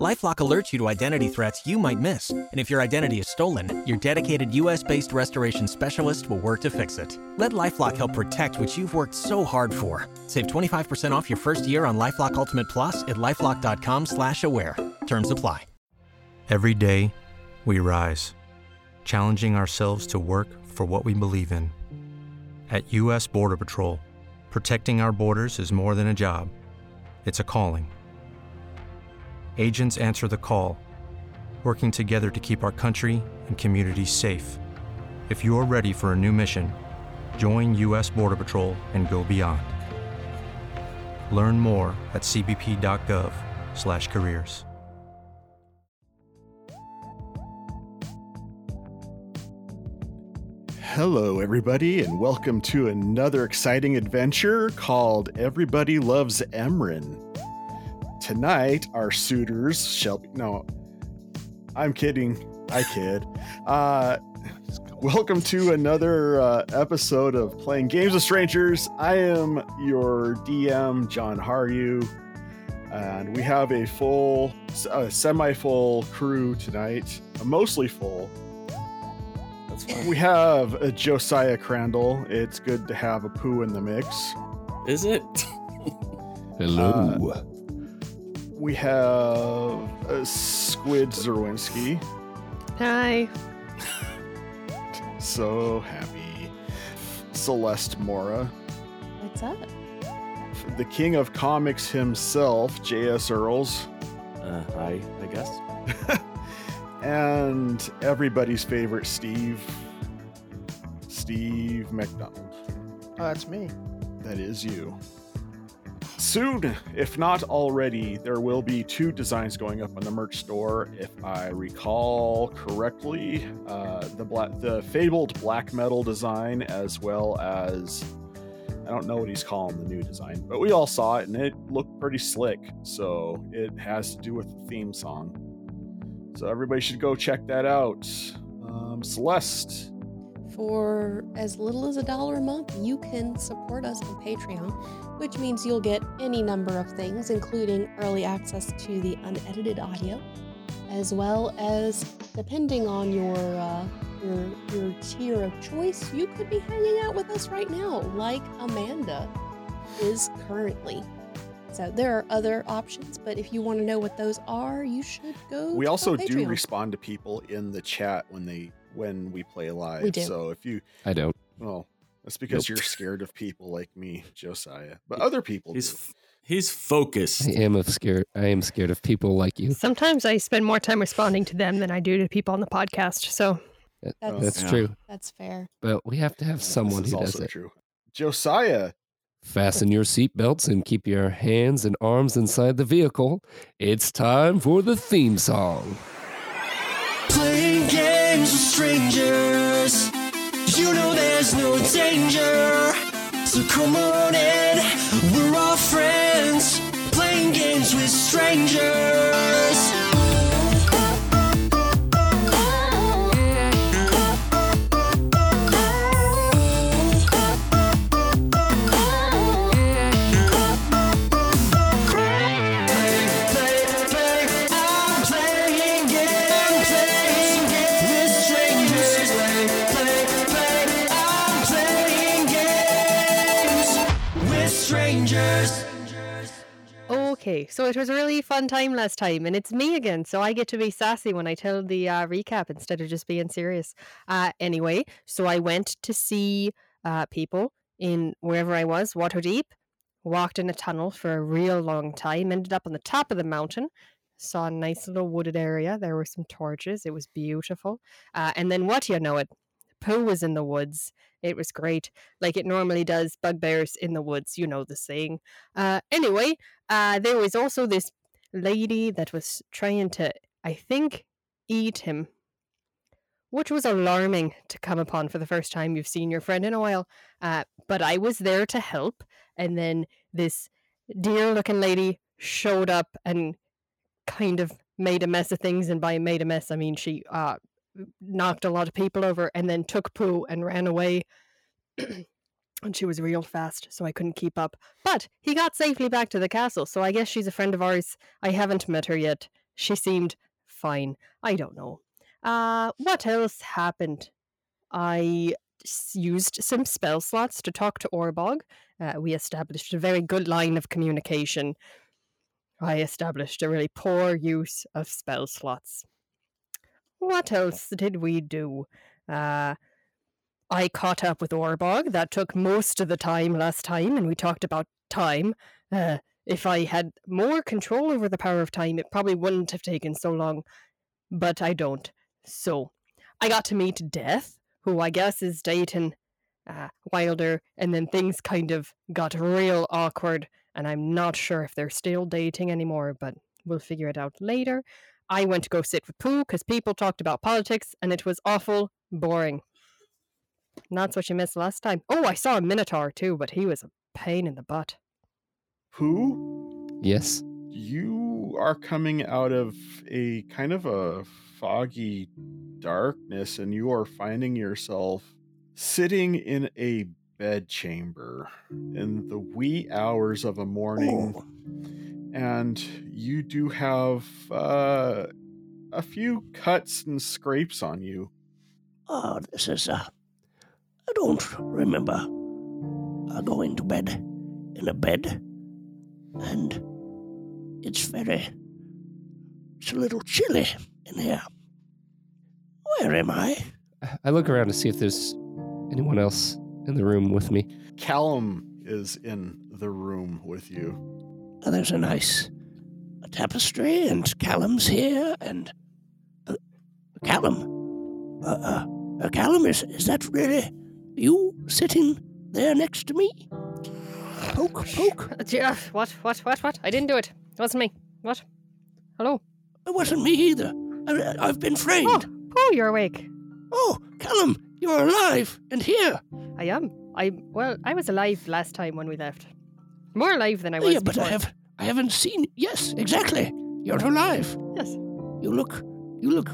Lifelock alerts you to identity threats you might miss. And if your identity is stolen, your dedicated US based restoration specialist will work to fix it. Let Lifelock help protect what you've worked so hard for. Save 25% off your first year on Lifelock Ultimate Plus at lifelock.com slash aware. Terms apply. Every day, we rise, challenging ourselves to work for what we believe in. At U.S. Border Patrol, protecting our borders is more than a job, it's a calling. Agents answer the call, working together to keep our country and communities safe. If you are ready for a new mission, join U.S. Border Patrol and go beyond. Learn more at cbp.gov/careers. Hello, everybody, and welcome to another exciting adventure called Everybody Loves Emrin. Tonight, our suitors shall be. No, I'm kidding. I kid. Uh, welcome to another uh, episode of Playing Games with Strangers. I am your DM, John Haru, and we have a full, uh, semi full crew tonight, a mostly full. That's fine. We have a Josiah Crandall. It's good to have a poo in the mix. Is it? Uh, Hello. We have a Squid Zerwinski. Hi. So happy. Celeste Mora. What's up? The king of comics himself, J.S. Earls. Uh, hi, I guess. And everybody's favorite, Steve. Steve McDonald. Oh, that's me. That is you. Soon, if not already, there will be two designs going up on the merch store. If I recall correctly, uh, the bla- the fabled black metal design, as well as I don't know what he's calling the new design, but we all saw it and it looked pretty slick. So it has to do with the theme song. So everybody should go check that out. Um, Celeste, For as little as a dollar a month, you can support us on Patreon, which means you'll get any number of things, including early access to the unedited audio, as well as, depending on your uh, your your tier of choice, you could be hanging out with us right now, like Amanda is currently. So there are other options, but if you want to know what those are, you should go. we check out also do Patreon. respond to people in the chat when they when we play live We do. so if you I don't. well that's because Nope. you're scared of people like me josiah but other people He's do. f- he's focused. I am of scared. I am scared of people like you. Sometimes I spend more time responding to them than I do to people on the podcast. So That- That's- That's Yeah. true. That's fair. But we have to have someone this is who does also it. true josiah Fasten your seatbelts and keep your hands and arms inside the vehicle. It's time for the theme song. Playing games with strangers. You know there's no danger. So come on in, we're all friends. Playing games with strangers. Playing games, playing games with strangers. Play, play, play. I'm playing games with strangers. okay, so it was a really fun time last time, and it's me again. So I get to be sassy when I tell the uh, recap instead of just being serious. Uh, anyway, so I went to see uh, people in wherever I was, Waterdeep. Walked in a tunnel for a real long time. Ended up on the top of the mountain. Saw a nice little wooded area. There were some torches. It was beautiful. Uh, and then what do you know it? Pooh was in the woods. It was great, like it normally does. Bugbears in the woods, you know the saying. Uh, anyway, uh, there was also this lady that was trying to, I think, eat him, which was alarming to come upon for the first time you've seen your friend in a while. Uh, but I was there to help, and then this dear looking lady showed up and kind of made a mess of things, and by made a mess, I mean she uh, knocked a lot of people over and then took poo and ran away. and she was real fast, so I couldn't keep up. But he got safely back to the castle, so I guess she's a friend of ours. I haven't met her yet. She seemed fine. I don't know. Uh, what else happened? I s- used some spell slots to talk to Orbog. Uh, we established a very good line of communication. I established a really poor use of spell slots. What else did we do? Uh, I caught up with Orbog. That took most of the time last time, and we talked about time. Uh, if I had more control over the power of time, it probably wouldn't have taken so long, but I don't. So, I got to meet Death, who I guess is Dayton uh, Wilder, and then things kind of got real awkward, and I'm not sure if they're still dating anymore, but we'll figure it out later. I went to go sit with Pooh because people talked about politics, and it was awful boring. And that's what you missed last time. Oh, I saw a Minotaur too, but he was a pain in the butt. Who? Yes. You are coming out of a kind of a foggy darkness and you are finding yourself sitting in a bedchamber in the wee hours of a morning. Oh. And you do have uh, a few cuts and scrapes on you. Oh, this is uh I don't remember uh, going to bed in a bed. And it's very it's a little chilly in here. Where am I? I look around to see if there's anyone else in the room with me. Callum is in the room with you. Oh, there's a nice tapestry, and Callum's here, and uh, Callum. Uh, uh, uh, Callum, is, is that really you sitting there next to me? Poke, poke. Jeff, uh, what, what, what, what? I didn't do it. It wasn't me. What? Hello? It wasn't me either. I, I've been Oh, framed. Pooh, you're awake. Oh, Callum, you're alive and here. I am. I well, I was alive last time when we left. More alive than I Oh, was. yeah, but I before. have I haven't seen. Yes, exactly. You're alive. Yes. You look you look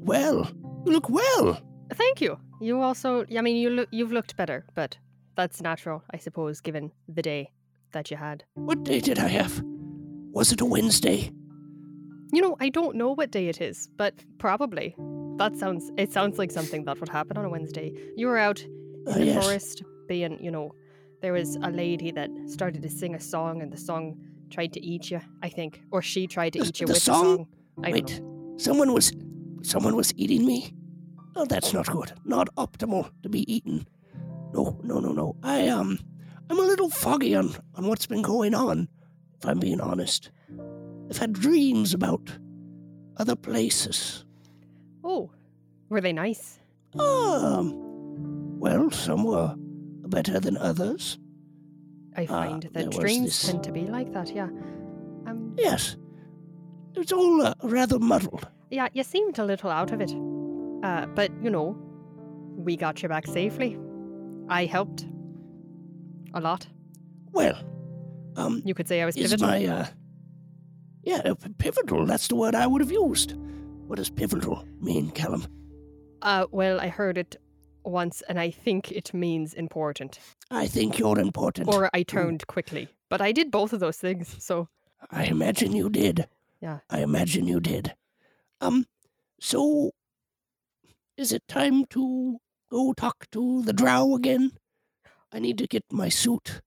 well. You look well. Thank you. You also. I mean, you look. You've looked better, but that's natural, I suppose, given the day that you had. What day did I have? Was it a Wednesday? You know, I don't know what day it is, but probably. That sounds. It sounds like something that would happen on a Wednesday. You were out Uh, in the yes. forest being, you know, there was a lady that started to sing a song, and the song tried to eat you. I think, or she tried to The- eat you the with song? the song. I don't know. Wait, someone was someone was eating me? Oh, that's not good. Not optimal to be eaten. No, no, no, no. I um I'm a little foggy on, on what's been going on, if I'm being honest. I've had dreams about other places. Oh, were they nice? Um well, some were better than others. Ah, I find there that was dreams this- tend to be like that, yeah. Um, Yes. It's all uh, rather muddled. yeah, you seemed a little out of it. Uh, but, you know, we got you back safely. I helped. A lot. Well, um You could say I was is pivotal. my uh yeah uh, p- pivotal that's the word i would have used what does pivotal mean callum Uh, well, I heard it once, and I think it means important. i think you're important Mm. Or I turned quickly. But I did both of those things, so. i imagine you did Yeah. i imagine you did um so is it time to go talk to the drow again i need to get my suit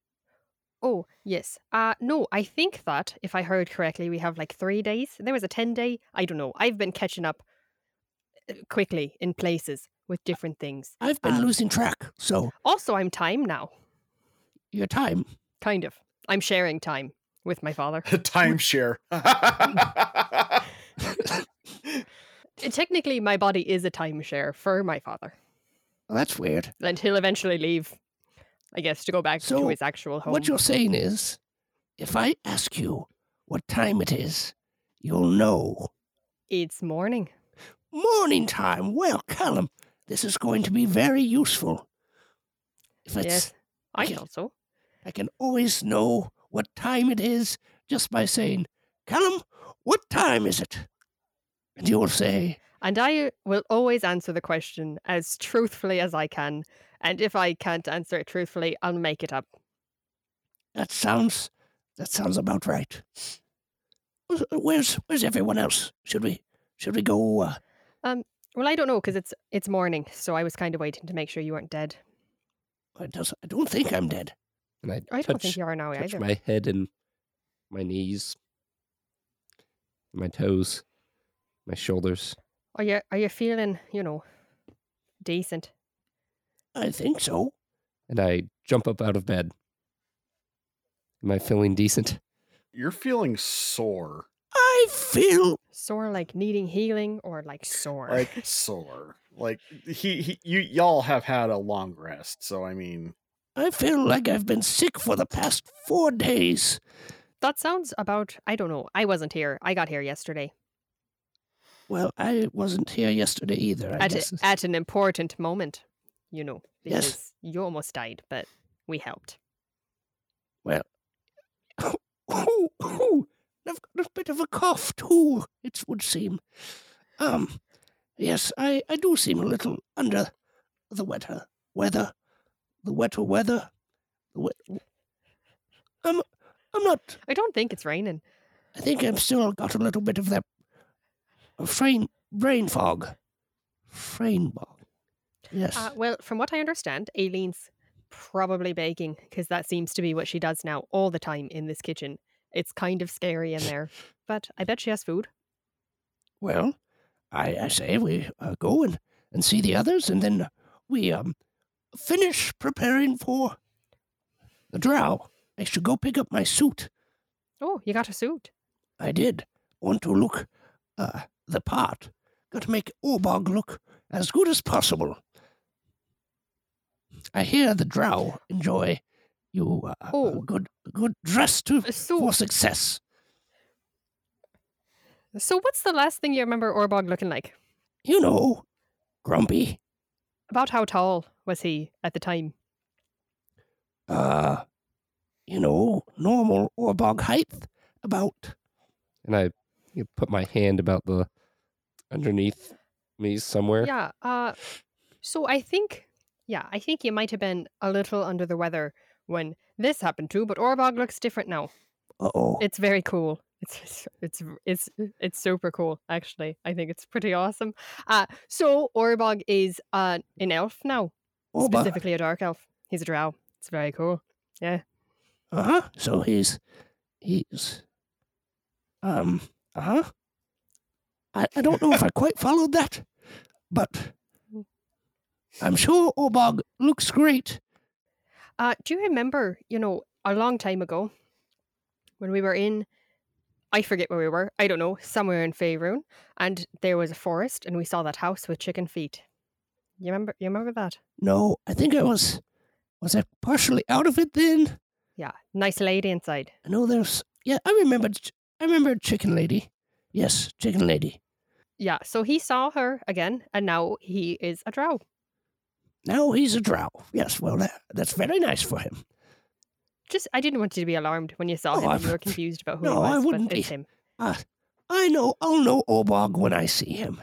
Oh, yes. Uh, no, I think that, if I heard correctly, we have like three days. There was a 10 day. I don't know. I've been catching up uh, quickly in places with different things. i've been Um, losing track so Also, I'm time now. your time Kind of. I'm sharing time with my father. Timeshare. Uh, Technically, my body is a timeshare for my father. well, that's weird And he'll eventually leave, I guess, to go back So, to his actual home. what you're saying is if i ask you what time it is you'll know It's morning. Morning time. Well, Callum, this is going to be very useful. If it's, yes. I okay. can also. I can always know what time it is just by saying, Callum, what time is it? And you'll say, And I will always answer the question as truthfully as I can. And if I can't answer it truthfully, I'll make it up. That sounds that sounds about right. Where's- Where's where's everyone else? Should we should we go uh, Um, Well, I don't know because it's it's morning, so I was kind of waiting to make sure you weren't dead. I does I don't think I'm dead. And I, I don't touch, think you are now touch either. my head and my knees, my toes, my shoulders. Are you are you feeling you know decent? I think so. And I jump up out of bed. Am I feeling decent? You're feeling sore, I feel Sore like needing healing or like sore? like sore. Like he, he, you, y'all have had a long rest, so I mean, I feel like I've been sick for the past four days. That sounds about. I don't know. I wasn't here. I got here yesterday Well, I wasn't here yesterday either. I at a, guess. at an important moment. You know, because Yes. you almost died, but we helped. Ooh, ooh, I've got a bit of a cough too. It would seem. Um, yes, I I do seem a little under the wetter weather, the wetter weather. The wet, I'm I'm not. I don't think it's raining. I think I've still got a little bit of that brain brain fog, brain fog. Yes. Uh, well, from what I understand, Aileen's probably baking because that seems to be what she does now all the time in this kitchen. It's kind of scary in there, but I bet she has food. Well, I, I say we uh, go and, and see the others, and then we um, finish preparing for the drow. I should go pick up my suit. Oh, you got a suit. I did. Want to look uh, the part. Got to make Orbog look as good as possible. I hear the drow enjoy you uh, a Oh. good good dress to A for suit. success. So, what's the last thing you remember Orbog looking like? You know, grumpy. About how tall was he at the time? uh, you know, Oh, normal Orbog height, about And I you know, put my hand about the underneath me somewhere. Yeah. Uh, so I think, yeah, I think you might have been a little under the weather when this happened too. But Orbog looks different now. uh oh. It's very cool. It's it's it's it's super cool. Actually, I think it's pretty awesome. Uh, so Orbog is uh, an elf now, Orbog. specifically a dark elf. He's a drow. It's very cool. Uh huh. So he's he's um uh huh. I, I don't know if I quite followed that, but I'm sure Orbog looks great. Uh, do you remember? You know, a long time ago, when we were in. I forget where we were. I don't know, somewhere in Faerun, and there was a forest, and we saw that house with chicken feet. You remember? You remember that? No, I think I was was I partially out of it then? Yeah, nice lady inside. I know there's yeah, I remember ch- I remember Chicken Lady. Yes, Chicken Lady. Yeah, so he saw her again, and now he is a drow. Now he's a drow. Yes, well, that, that's very nice for him. Just, I didn't want you to be alarmed when you saw Oh, him. and I've- you were confused about who he No, I was, wouldn't but it's be. him. Uh, I know, I'll know Orbog when I see him.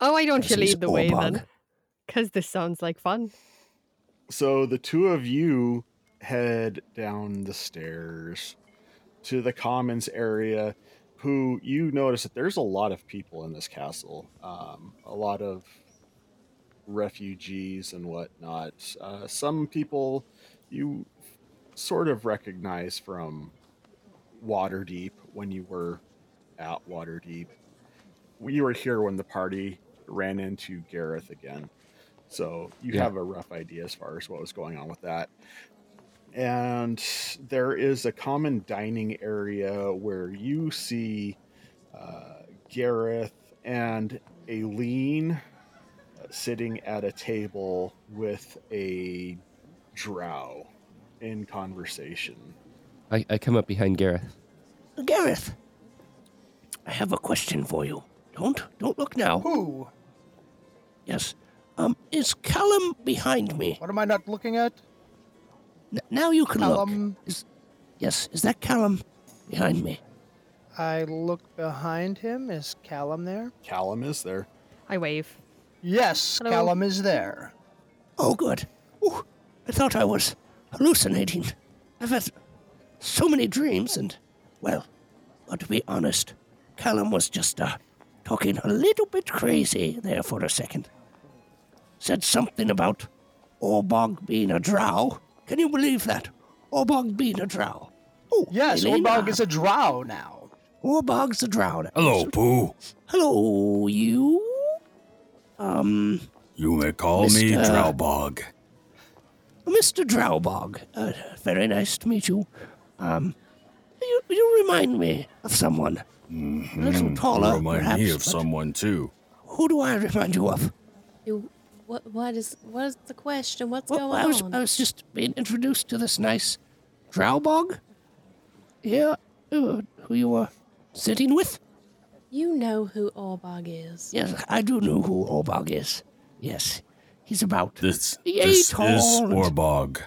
Oh, why don't 'cause you he's lead the way then? Orbog. Because this sounds like fun. so the two of you head down the stairs to the commons area. Who you notice that there's a lot of people in this castle, um, a lot of refugees and whatnot. Uh, some people you sort of recognize from Waterdeep when you were at Waterdeep. You were here when the party ran into Gareth again. So you Yeah. have a rough idea as far as what was going on with that. And there is a common dining area where you see uh, Gareth and Aileen sitting at a table with a drow in conversation. I, I come up behind Gareth. Gareth, I have a question for you. Don't don't look now. Who? Yes. Um, is Callum behind me? What am I not looking at? N- now you can Callum. look. Is, yes, is that Callum behind me? I look behind him. Is Callum there? Callum is there. I wave. Yes, Hello. Callum is there. Oh, good. Ooh, I thought I was hallucinating. I've had so many dreams, and, well, but to be honest, Callum was just uh, talking a little bit crazy there for a second. Said something about Orbog being a drow. Can you believe that? Orbog being a drow. Oh, Yes, Orbog is a drow now. Orbog's a drow. now. Hello, Pooh. Hello, you. Um, You may call me Mister- Drowbog. Mr. Drowbog, uh, very nice to meet you. Um, you, you remind me of someone. A little taller, Mm-hmm. You remind perhaps. me of but someone too. Who do I remind you of? You- What, what is what is the question? What's Well, going Oh, I was on? I was just being introduced to this nice Drowbog. Yeah, uh, who you were sitting with? You know who Orbog is. Yes, I do know who Orbog is. Yes, he's about. This Yay, this is tall and- Orbog.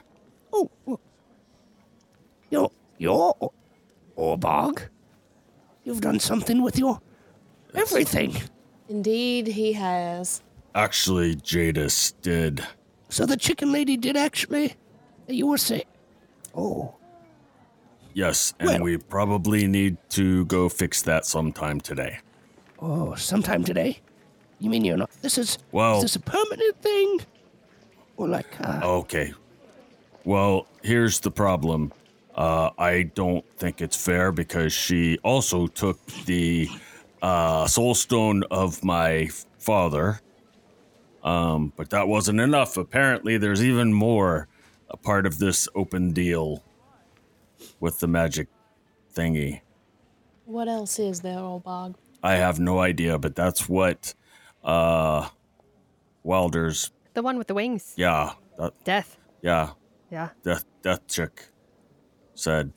oh, well, you're you're O- Orbog. You've done something with your everything. Indeed, he has. Actually, Jadis did. So the chicken lady did actually. You were saying. Oh, Yes, and Well- we probably need to go fix that sometime today. oh, sometime today. You mean you're not? This is. Well- is this a permanent thing? Or like, uh, Okay. Well, here's the problem. Uh, I don't think it's fair because she also took the uh, soul stone of my father. Um, but that wasn't enough. Apparently, there's even more a part of this open deal with the magic thingy. What else is there, Orbog? I have no idea, but that's what uh, Wilder's. The one with the wings. Yeah, that, Death. yeah, Yeah. Death, death chick said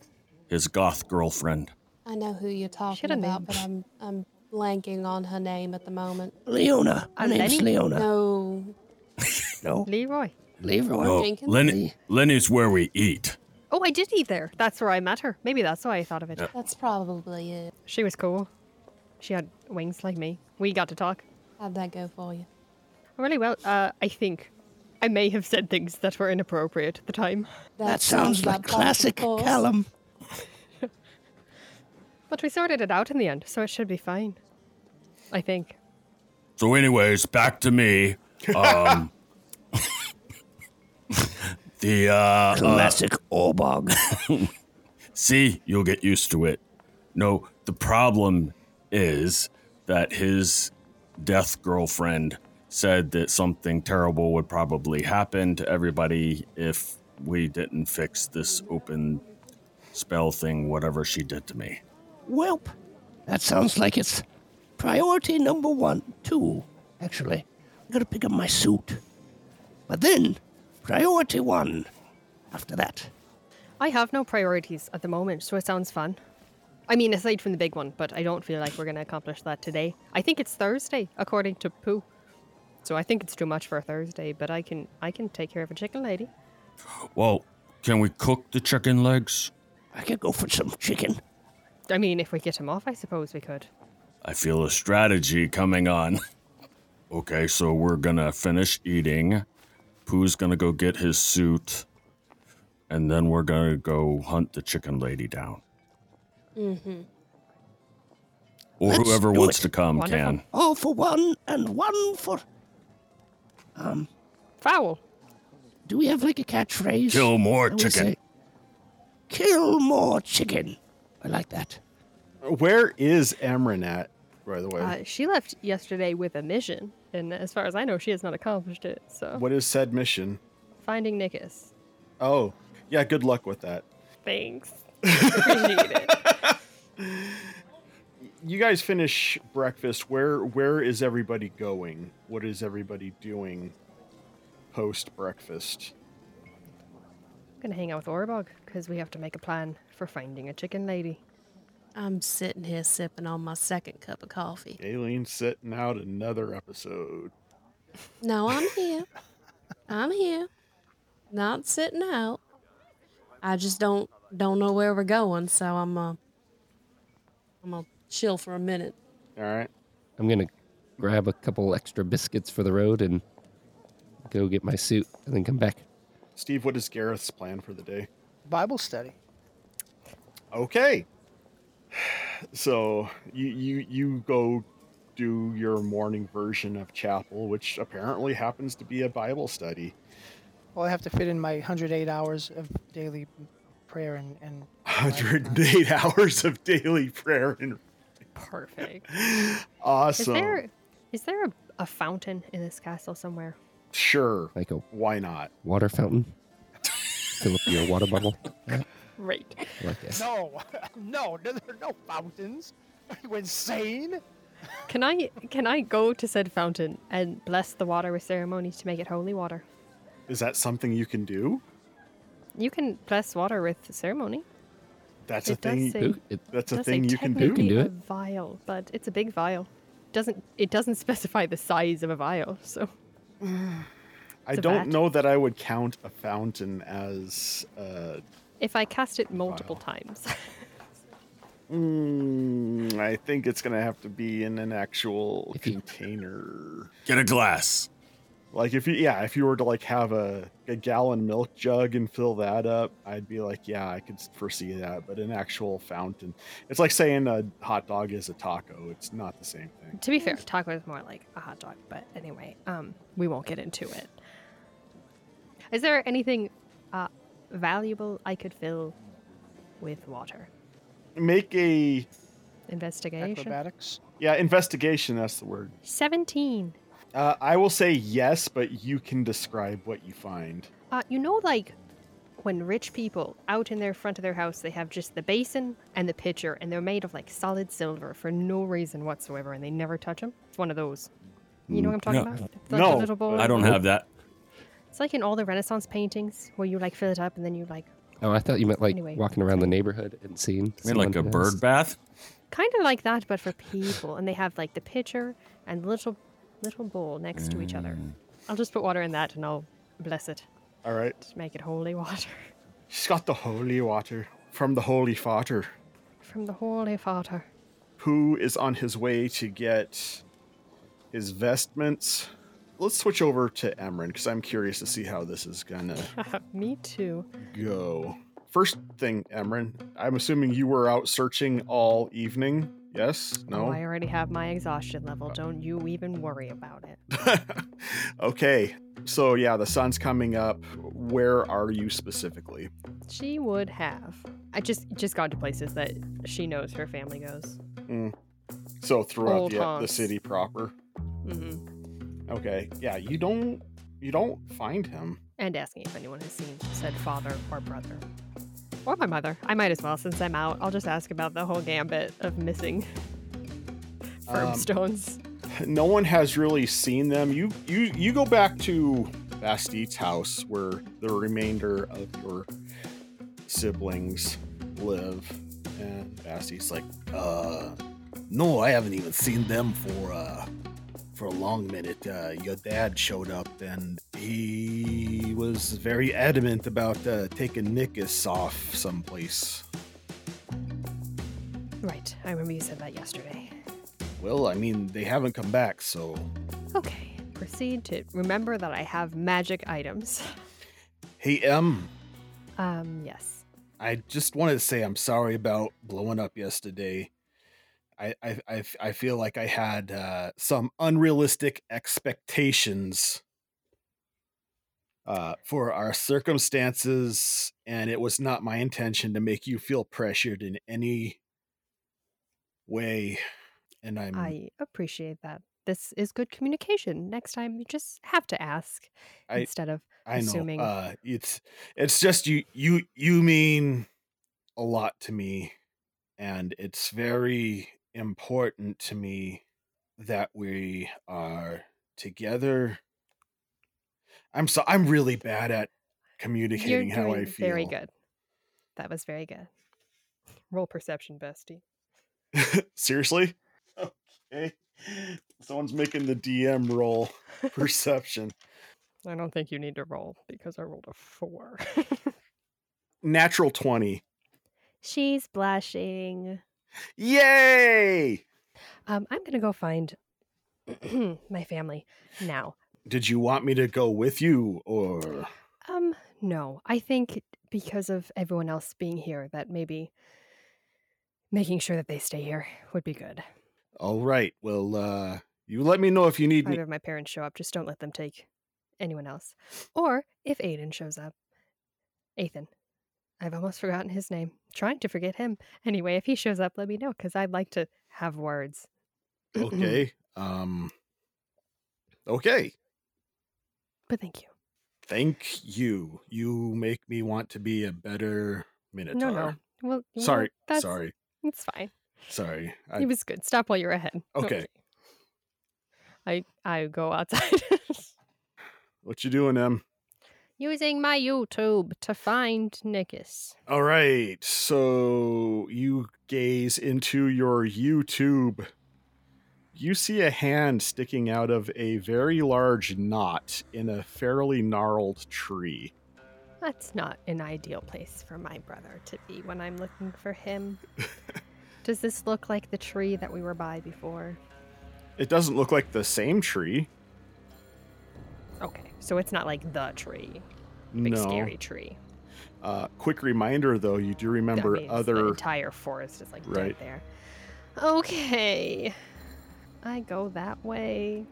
his goth girlfriend. I know who you're talking Shoulda about, known. but I'm I'm blanking on her name at the moment. Leona. Her And name's Oh, Lenny? Leona. No, No, Leroy. Leroy. Oh, Jenkins? Lenny, Lenny's where we eat. Oh, I did eat there. That's where I met her. Maybe that's why I thought of it. that's probably it. She was cool. She had wings like me. We got to talk. How'd that go for you? Really well. Uh, I think I may have said things that were inappropriate at the time, That, sounds like par for the classic course. Callum. but we sorted it out in the end, so it should be fine. I think. So, anyways, back to me. Um, the uh, uh, Classic Orbog. see, you'll get used to it. No, the problem is that his death girlfriend said that something terrible would probably happen to everybody if we didn't fix this open spell thing, whatever she did to me. Welp. That sounds like it's priority number one, two, actually. I gotta pick up my suit. But then, priority one after that. I have no priorities at the moment, so it sounds fun. I mean, aside from the big one, but I don't feel like we're going to accomplish that today. I think it's Thursday, according to Pooh. So I think it's too much for a Thursday, but I can I can take care of a chicken lady. Well, can we cook the chicken legs? I could go for some chicken. I mean, if we get him off, I suppose we could. I feel a strategy coming on. okay, so we're gonna finish eating. Pooh's gonna go get his suit. And then we're gonna go hunt the chicken lady down. Or Let's whoever do wants it. to come Wonderful. can. All for one and one for. um, Fowl. Do we have like a catchphrase? Kill more I would chicken. say, Kill more chicken. I like that. Where is Emran at, by the way? Uh, she left yesterday with a mission, and as far as I know, she has not accomplished it. So what is said mission? finding Nickus. Oh, yeah, good luck with that. Thanks. Appreciate it. You guys finish breakfast. Where where is everybody going? What is everybody doing post breakfast? I'm gonna hang out with Orbog because we have to make a plan for finding a chicken lady. I'm sitting here sipping on my second cup of coffee. Aileen's sitting out another episode. No, I'm here. I'm here. Not sitting out. I just don't don't know where we're going, so I'm uh I'm gonna chill for a minute. All right. I'm gonna grab a couple extra biscuits for the road and go get my suit, and then come back. Steve, what is Gareth's plan for the day? Bible study. Okay. So you you you go do your morning version of chapel, which apparently happens to be a Bible study. Well, I have to fit in my 108 hours of daily prayer and, and 108 hours of daily prayer and Perfect. Is awesome. there is there a, a fountain in this castle somewhere? Sure. Like a Why not? water fountain. Fill up your water bottle. Right. Like this. No, Oh, no, no, there are no fountains. Are you insane? Can I can I go to said fountain and bless the water with ceremony to make it holy water? Is that something you can do? You can bless water with ceremony. That's a It does thing. say- Who- it- that's a Does say thing you can do. technically do a it. vial, but it's a big vial. Doesn't it doesn't specify the size of a vial, so I It's a don't vat. know that I would count a fountain as. Uh, if I cast it multiple times. mm, I think it's gonna have to be in an actual If you- container. Get a glass. Like if you, yeah, if you were to like have a, a gallon milk jug and fill that up, I'd be like, yeah, I could foresee that. But an actual fountain, it's like saying a hot dog is a taco. It's not the same thing. to be fair, taco is more like a hot dog, but anyway, um we won't get into it. Is there anything uh, valuable I could fill with water? Make a Investigation. Acrobatics. yeah investigation. That's the word. 17. Uh, I will say yes, but you can describe what you find. Uh, you know, like when rich people out in their front of their house, they have just the basin and the pitcher, and they're made of like solid silver for no reason whatsoever, and they never touch them. It's one of those. You know what I'm talking Mm, No. about? It's No, a little bowl. I don't have that. It's like in all the Renaissance paintings where you like fill it up and then you like Oh, I thought you meant like Anyway, walking around the neighborhood and seeing. I mean, like a someone bird else. bath. kind of like that, but for people, and they have like the pitcher and the little little bowl next to each Hmm. other. I'll just put water in that and I'll bless it All right, to make it holy water she's got the holy water from the holy father, from the holy father. who is on his way to get his vestments. Let's switch over to Emran because I'm curious to see how this is gonna Me too. go. First thing, Emran, I'm assuming you were out searching all evening. Yes? Oh, I No? already have my exhaustion level. Don't you even worry about it. okay. So, yeah, the sun's coming up. Where are you specifically? She would have. I just just gone to places that she knows her family goes. Mm. So, throughout Old the, the haunts. city proper. Mm-hmm. Okay. Yeah, you don't you don't find him. And asking if anyone has seen said father or brother. Or my mother. I might as well, since I'm out. I'll just ask about the whole gambit of missing Um, firmstones. no one has really seen them. You you you go back to Bastide's house where the remainder of your siblings live, and Bastide's like, Uh, no, I haven't even seen them for uh, for a long minute. Uh, your dad showed up and he was very adamant about uh, taking Nickus off someplace. Right. I remember you said that yesterday. Well, I mean, they haven't come back, so Okay. Proceed to remember that I have magic items. hey, Em, Um, yes. I just wanted to say I'm sorry about blowing up yesterday. I I I, f- I feel like I had uh, some unrealistic expectations uh, for our circumstances, and it was not my intention to make you feel pressured in any way. And I'm I appreciate that. This is good communication. Next time, you just have to ask I- instead of I know. assuming- Uh, it's it's just you you you mean a lot to me, and it's very important to me that we are together. I'm so I'm really bad at "You're communicating how I doing feel. Very good. That was very good. Roll perception, bestie. "Seriously? Okay, someone's making the DM roll perception." I don't think you need to roll because I rolled a four. Natural twenty. She's blushing. Yay! Um, I'm gonna go find my family now. Did you want me to go with you or Um, no, I think because of everyone else being here, that maybe making sure that they stay here would be good. All right. Well, uh you let me know if you need If me. either of my parents show up, just don't let them take anyone else. Or if Aiden shows up, Ethan. I've almost forgotten his name. Trying to forget him. Anyway, if he shows up, let me know because I'd like to have words. Okay. um Okay. But thank you. Thank you. You make me want to be a better minotaur. No, no. Well, well, Sorry. that's- Sorry. It's fine. Sorry. It was good. Stop while you're ahead. Don't Okay. worry. I I go outside. What you doing, Em? Using my YouTube to find Nickus. All right. So you gaze into your YouTube. You see a hand sticking out of a very large knot in a fairly gnarled tree. That's not an ideal place for my brother to be when I'm looking for him. Does this look like the tree that we were by before? It doesn't look like the same tree. Okay, so it's not like the tree, big no. scary tree. Uh, quick reminder, though, you do That remember means the other. entire forest is like dead Right. there. Okay, I go that way.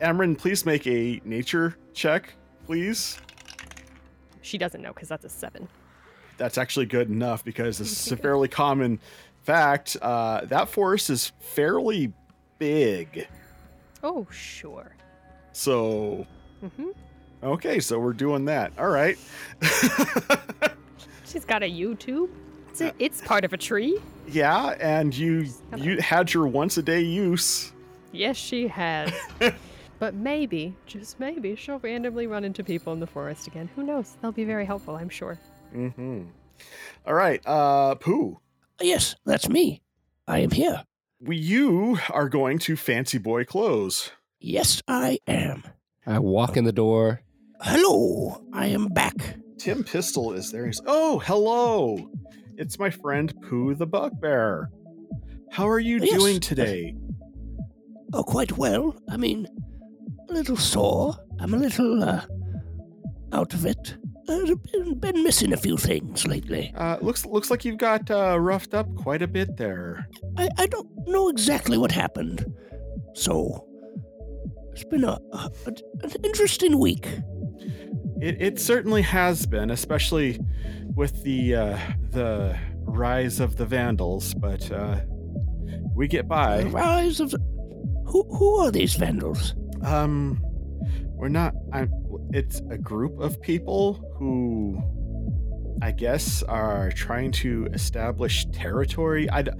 Amryn, please make a nature check, please. She doesn't know because that's a seven. That's actually good enough because this is a fairly common fact. Uh, that forest is fairly big. Oh sure. So hmm Okay, so we're doing that. All right. She's got a YouTube. It's, a, it's part of a tree. Yeah, and you you had your once a day use. Yes, she has. but maybe, just maybe, she'll randomly run into people in the forest again. Who knows? They'll be very helpful, I'm sure. Mm-hmm. All right, uh Pooh. Yes, that's me. I am here. We, you are going to fancy boy clothes. Yes, I am. I walk in the door. Hello, I am back. Tim Pistol is there. He's oh, hello. It's my friend Pooh the Bugbear. How are you Yes. doing today? Oh, quite well. I mean, a little sore. I'm a little uh, out of it. Uh, been, been missing a few things lately. Uh, looks looks like you've got uh, roughed up quite a bit there. I, I don't know exactly what happened. So, it's been a, a, a- uh, an interesting week. It, it certainly has been, especially with the uh, the rise of the Vandals. But uh, we get The by. rise of the, who who are these vandals? Um, we're not. I'm, it's a group of people who, I guess, are trying to establish territory. I, d-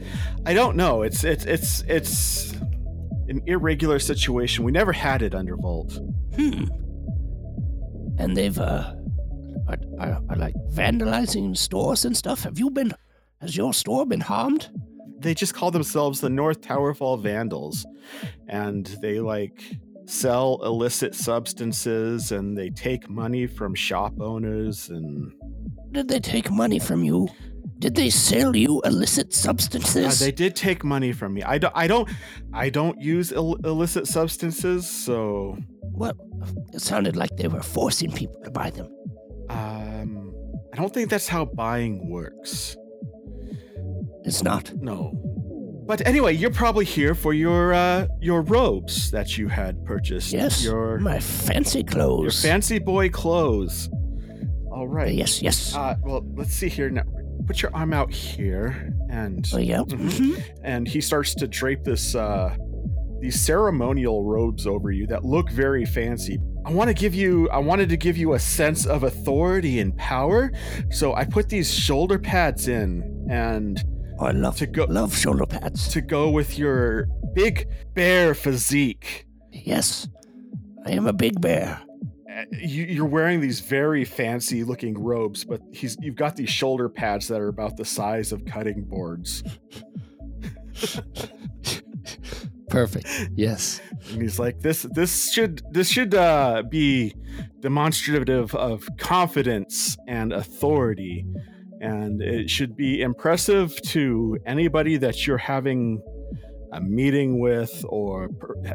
I don't know. It's it's it's it's an irregular situation. We never had it under Volt. Hmm. And they've uh, are, are, are like vandalizing stores and stuff. Have you been? Has your store been harmed? they just call themselves the North Towerfall Vandals, and they like sell illicit substances and they take money from shop owners and Did they take money from you? Did they sell you illicit Uh, substances? they did take money from me. I don't, I don't, I don't use Ill- illicit substances, so Well, it sounded like they were forcing people to buy them. um, I don't think that's how buying works. It's not. No. But anyway, you're probably here for your uh, your robes that you had purchased. Yes, your my fancy clothes. Your fancy boy clothes. All right. Yes, yes. Uh, well, let's see here now. Put your arm out here, and oh yeah. Mhm. mhm. and he starts to drape this uh, these ceremonial robes over you that look very fancy. I want to give you. I wanted to give you a sense of authority and power, so I put these shoulder pads in, and Oh, I love to go love shoulder pads. to go with your big bear physique. Yes, I am a big bear. uh, you, you're wearing these very fancy looking robes, but he's you've got these shoulder pads that are about the size of cutting boards. Perfect. Yes. And he's like, this this should this should uh, be demonstrative of confidence and authority. And it should be impressive to anybody that you're having a meeting with or per-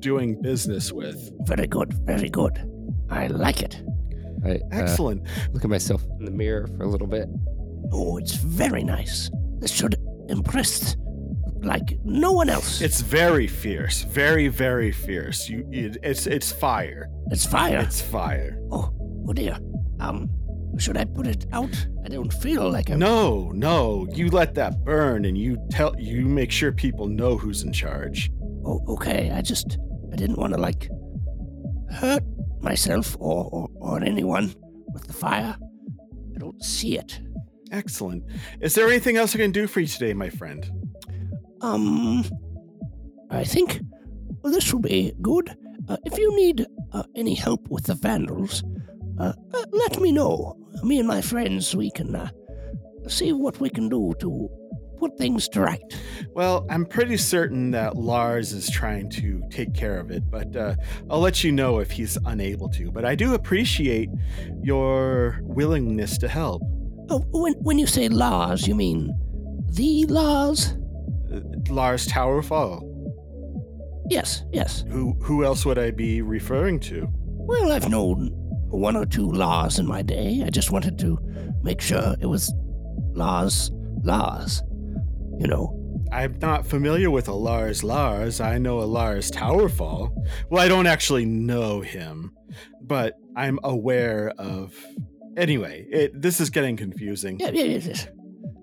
doing business with. Very good, very good. I like it. I, uh, Excellent. look at myself in the mirror for a little bit. Oh, it's very nice. This should impress like no one else. It's very fierce, very very fierce. You, it, it's it's fire. It's fire. It's fire. Oh, oh dear. Um, should I put it out? I don't feel like I'm. No, no. You let that burn, and you tell you make sure people know who's in charge. Oh, okay. I just I didn't want to like hurt myself or, or or anyone with the fire. I don't see it. Excellent. Is there anything else I can do for you today, my friend? Um, I think well, this will be good. Uh, if you need uh, any help with the vandals, uh, uh, let me know. Me and my friends, we can uh, see what we can do to put things to right. Well, I'm pretty certain that Lars is trying to take care of it, but uh, I'll let you know if he's unable to. But I do appreciate your willingness to help. Oh, when when you say Lars, you mean the Lars? Uh, Lars Towerfall. Yes, yes. Who who else would I be referring to? Well, I've known one or two Lars in my day. I just wanted to make sure it was Lars, Lars. You know, I'm not familiar with a Lars Lars. I know a Lars Towerfall. Well, I don't actually know him, but I'm aware of. Anyway, it, this is getting confusing. yeah, yeah, yes, yes.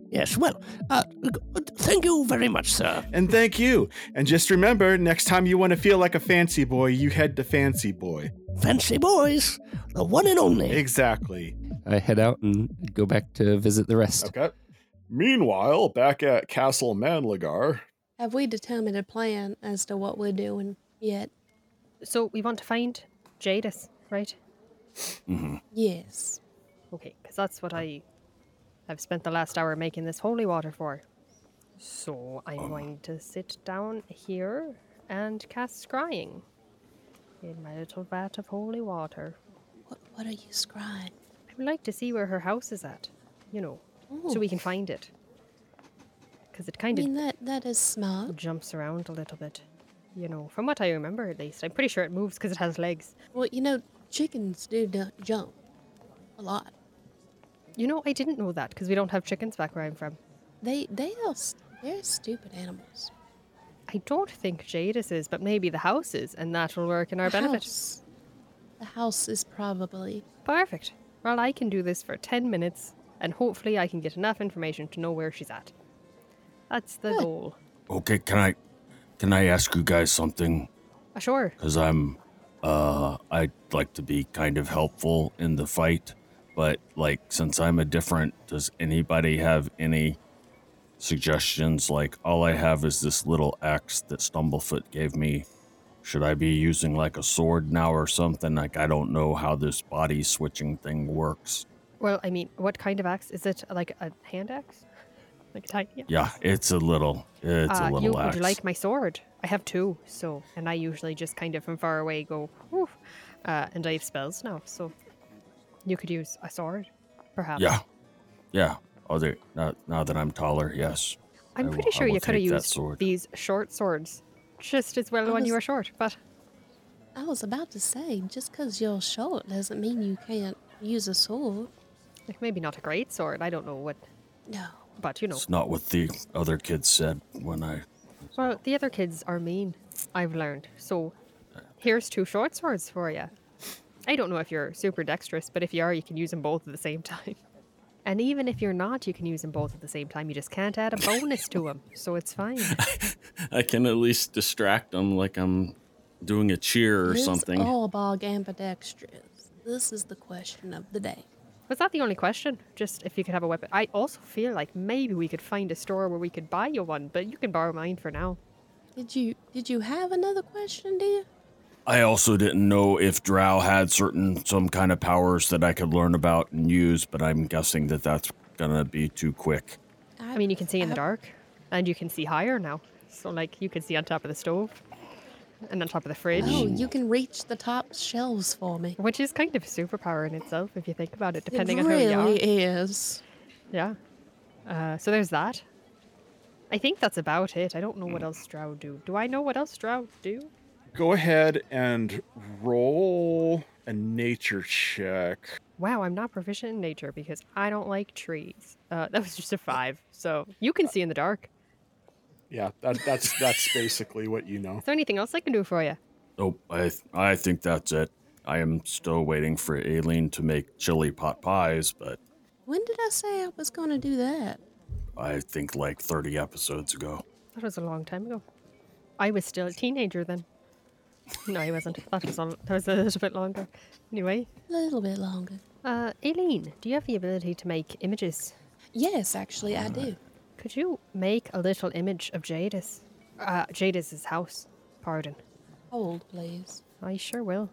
Yes, well, uh, g- thank you very much, sir. And thank you. And just remember, next time you want to feel like a fancy boy, you head to Fancy Boy. Fancy boys, the one and only. Exactly. I head out and go back to visit the rest. Okay. Meanwhile, back at Castle Manligar, Have we determined a plan as to what we're doing yet? So we want to find Jadis, right? Yes. Okay, because that's what I have spent the last hour making this holy water for. So I'm Oh. going to sit down here and cast scrying in my little vat of holy water. What, what are you scrying? I would like to see where her house is at, you know, so Oh. we can find it. Because it I kind of mean, that, that is smart. jumps around a little bit, you know, from what I remember at least. I'm pretty sure it moves because it has legs. Well, you know, chickens do du- jump a lot. You know, I didn't know that because we don't have chickens back where I'm from. They they are s- they're stupid animals. I don't think Jadis is, but maybe the house is, and that will work in our benefit. House. The house is probably Perfect. Well, I can do this for 10 minutes, and hopefully I can get enough information to know where she's at. That's the goal. Okay, can I can I ask you guys something? Uh, sure. Because I'm uh I'd like to be kind of helpful in the fight, but like since I'm a different, does anybody have any suggestions? Like all I have is this little axe that Stumblefoot gave me. Should I be using like a sword now or something? Like I don't know how this body switching thing works. Well, I mean, what kind of axe? Is it like a hand axe? Like a tiny axe? Yeah, it's a little it's uh, a little you, axe. Would you like my sword? I have two, so. And I usually just kind of from far away go, woof. Uh, and I have spells now, so. You could use a sword, perhaps. Yeah, yeah. Oh, there. Now, now that I'm taller, yes. I I'm will- pretty I sure will you could have take that used sword. these short swords just as well I when you was- were short, but I was about to say, just because you're short doesn't mean you can't use a sword. like, maybe not a great sword. I don't know what, No. but you know. It's not what the other kids said when I. Well, the other kids are mean, I've learned. So here's two short swords for you. I don't know if you're super dexterous, but if you are, you can use them both at the same time. And even if you're not, you can use them both at the same time. You just can't add a bonus to them, so it's fine. I can at least distract them like I'm doing a cheer or Is something. Arbog ambidextrous? This is the question of the day. Was that the only question? Just if you could have a weapon. I also feel like maybe we could find a store where we could buy you one, but you can borrow mine for now. Did you did you have another question, dear? I also didn't know if Drow had certain some kind of powers that I could learn about and use, but I'm guessing that that's gonna be too quick. I mean, you can see Uh, in the dark, and you can see higher now. So, like, you can see on top of the stove and on top of the fridge, Oh, you can reach the top shelves for me. which is kind of a superpower in itself if you think about it, depending it on who you really are. is. Yeah. Uh, so there's that. I think that's about it. I don't know what else Stroud do. Do I know what else Stroud do? Go ahead and roll a nature check. Wow, I'm not proficient in nature because I don't like trees. Uh, that was just a five. So you can see in the dark. Yeah, that, that's that's basically what you know. Is there anything else I can do for you? Oh, I th- I think that's it. I am still waiting for Aileen to make chili pot pies, but When did I say I was going to do that? I think like 30 episodes ago. That was a long time ago. I was still a teenager then. No, I wasn't. That was, on, that was a little bit longer. Anyway, A little bit longer. uh, Aileen, do you have the ability to make images? Yes, actually, I do. Could you make a little image of Jadis? Uh, Jadis's house. Pardon. Hold, please. I sure will.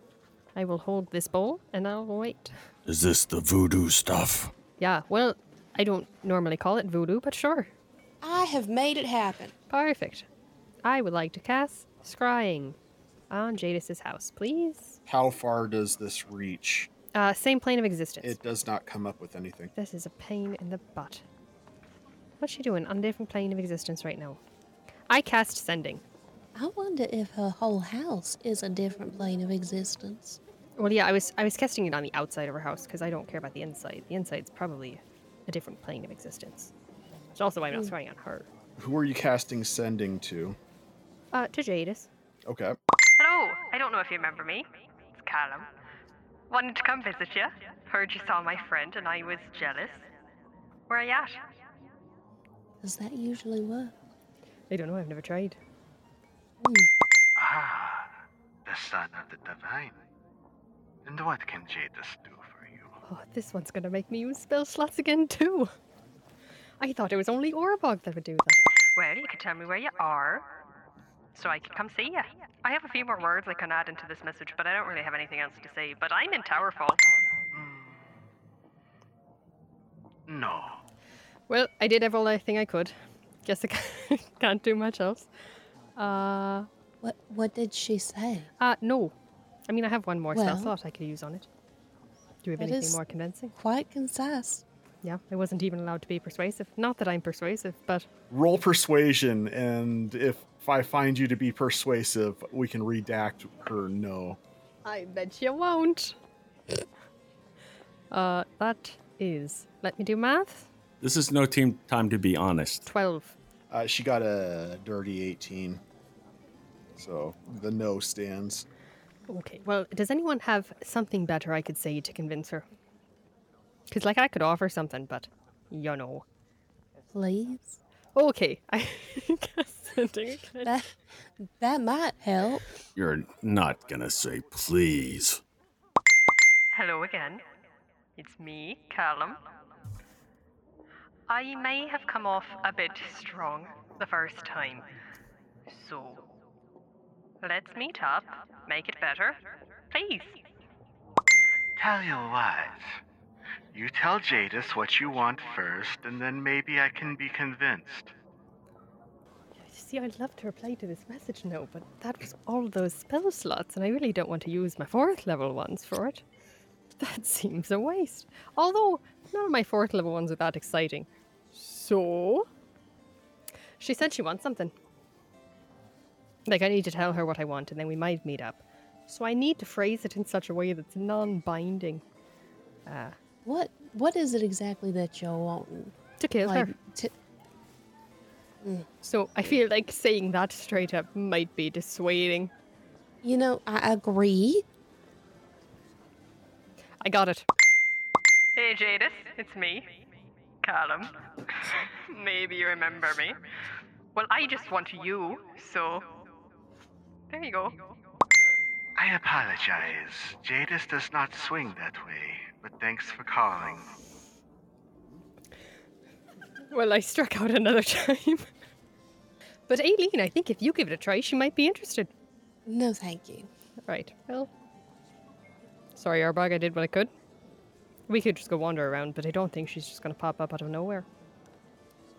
I will hold this bowl and I'll wait. Is this the voodoo stuff? Yeah, well, I don't normally call it voodoo, but sure. I have made it happen. Perfect. I would like to cast scrying on Jadis's house, please. How far does this reach? Uh, same plane of existence. It does not come up with anything. This is a pain in the butt. What's she doing on a different plane of existence right now? I cast sending. I wonder if her whole house is a different plane of existence. Well, yeah, I was I was casting it on the outside of her house because I don't care about the inside. The inside's probably a different plane of existence. It's also why I'm not Hmm. scrying on her. Who are you casting sending to? Uh, to Jadis. Okay. Hello. I don't know if you remember me. It's Callum. Wanted to come visit you. Heard you saw my friend and I was jealous. Where are you at? Does that usually work? I don't know. I've never tried. Hmm. Ah, the son of the divine. And what can Jadis do for you? Oh, this one's gonna make me use spell slots again too. I thought it was only Orabog that would do that. Well, you can tell me where you are, so I can come see you. I have a few more words I can add into this message, but I don't really have anything else to say. But I'm in Towerfall. No. Well, I did everything I could. Guess I ca- can't do much else. Uh, what what did she say? Uh, no. I mean, I have one more spell Well- slot I could use on it. Do you have That anything is more convincing? Quite concise. Yeah, I wasn't even allowed to be persuasive. Not that I'm persuasive, but Roll persuasion, and if, if I find you to be persuasive, we can redact her no. I bet you won't. Uh, that is. Let me do math. This is no team time to be honest. 12. Uh, she got a dirty 18. So the no stands. Okay, well, does anyone have something better I could say to convince her? Because, like, I could offer something, but you know. Please. Okay, I sending again. That, that might help. You're not gonna say please. Hello again. It's me, Callum. I may have come off a bit strong the first time. So, let's meet up, make it better. Please. Tell you what. You tell Jadis what you want first, and then maybe I can be convinced. See, I'd love to reply to this message now, but that was all those spell slots, and I really don't want to use my fourth level ones for it. That seems a waste. Although, none of my fourth level ones are that exciting. So? She said she wants something. Like, I need to tell her what I want, and then we might meet up. So I need to phrase it in such a way that's non binding. Uh, What what is it exactly that you're wanting? To kill like, her. To, so I feel like saying that straight up might be dissuading. you know, I agree. I got it. Hey Jadis, it's me, Callum. Maybe you remember me. Well, I just want you, so. There you go. I apologize. Jadis does not swing that way, but thanks for calling. Well, I struck out another time. but Aileen, I think if you give it a try, she might be interested. No, thank you. Right, well. Sorry, Arbog, I did what I could. We could just go wander around, but I don't think she's just gonna pop up out of nowhere.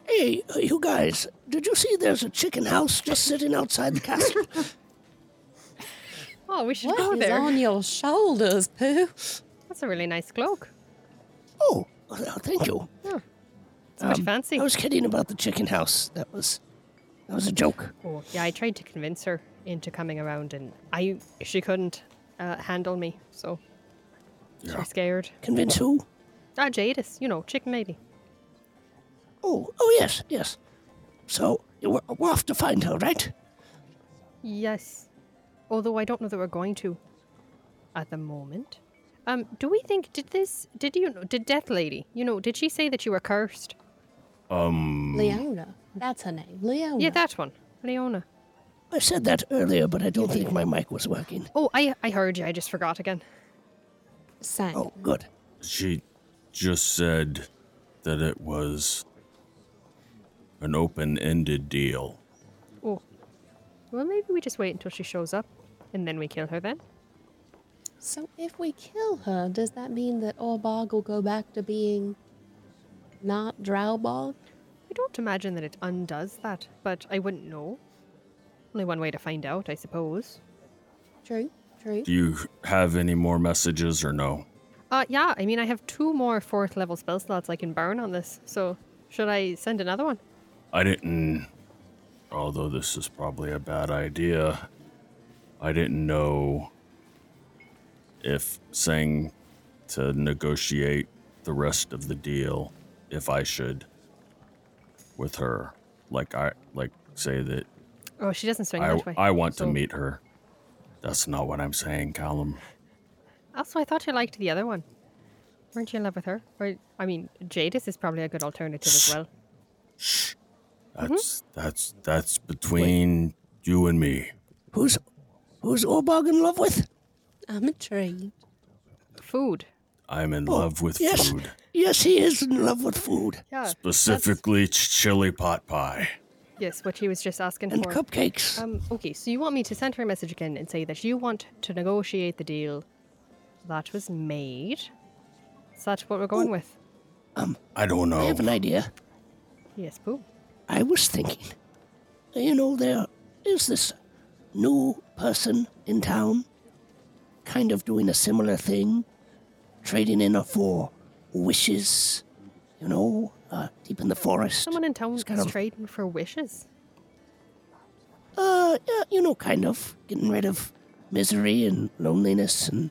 Hey, uh, you guys, did you see there's a chicken house just sitting outside the castle? Oh, we should What go is there. on your shoulders, Pooh? That's a really nice cloak. Oh, thank you. It's much fancy. I was kidding about the chicken house. That was that was a joke. Oh, yeah, I tried to convince her into coming around, and I she couldn't uh, handle me, so Yeah. she's scared. Convince who? Ah, Jadis, you know, chicken lady. Oh, oh yes, yes. So we're, we're off to find her, right? Yes. Although I don't know that we're going to at the moment. Um, do we think did this did you know did Death Lady, you know, did she say that you were cursed? Um, Leona. That's her name. Leona. Yeah, that one. Leona. I said that earlier, but I don't think my mic was working. Oh, I I heard you, I just forgot again. Sang. Oh, good. she just said that it was an open-ended deal. Oh. Well maybe we just wait until she shows up and then we kill her then. So if we kill her, does that mean that Orbog will go back to being not Drowbog? I don't imagine that it undoes that, but I wouldn't know. Only one way to find out, I suppose. True, true. Do you have any more messages or no? Uh, yeah, I mean, I have two more fourth level spell slots I can burn on this, so should I send another one? I didn't. Although this is probably a bad idea, I didn't know if saying to negotiate the rest of the deal, if I should with her, like I like say that Oh, she doesn't swing I, that way. I want so- to meet her. That's not what I'm saying, Callum. Also, I thought you liked the other one. Weren't you in love with her? Or, I mean, Jadis is probably a good alternative as well. Mm-hmm. That's that's that's between you and me. Who's who's Orbog in love with? I'm intrigued. Food. I'm in Oh, love with yes. food, Yes, he is in love with food. Yeah. specifically ch- chili pot pie. Yes, what she was just asking And for. cupcakes. Um, okay, so you want me to send her a message again and say that you want to negotiate the deal that was made? Is that what we're going with? I don't know. Um, I have an idea. Yes, Pooh. I was thinking, you know, there is this new person in town kind of doing a similar thing, trading in for wishes, you know, uh, deep in the forest. Someone in town kind is of- trading for wishes. Uh, yeah, you know, kind of getting rid of misery and loneliness and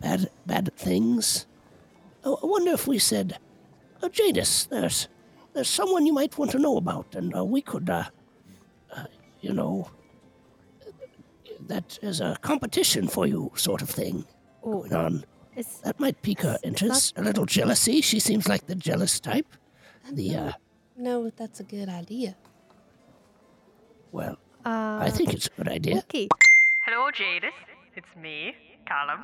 bad, bad things. I I wonder if we said, uh, Jadis, there's, there's someone you might want to know about, and uh, we could, uh, uh, you know, that is a competition for you, sort of thing Oh, going on. is, That might pique her interest. A little jealousy. She seems like the jealous type. The, uh, No, but that's a good idea. well, uh, I think it's a good idea. Okay. Hello, Jadis. It's me, Callum.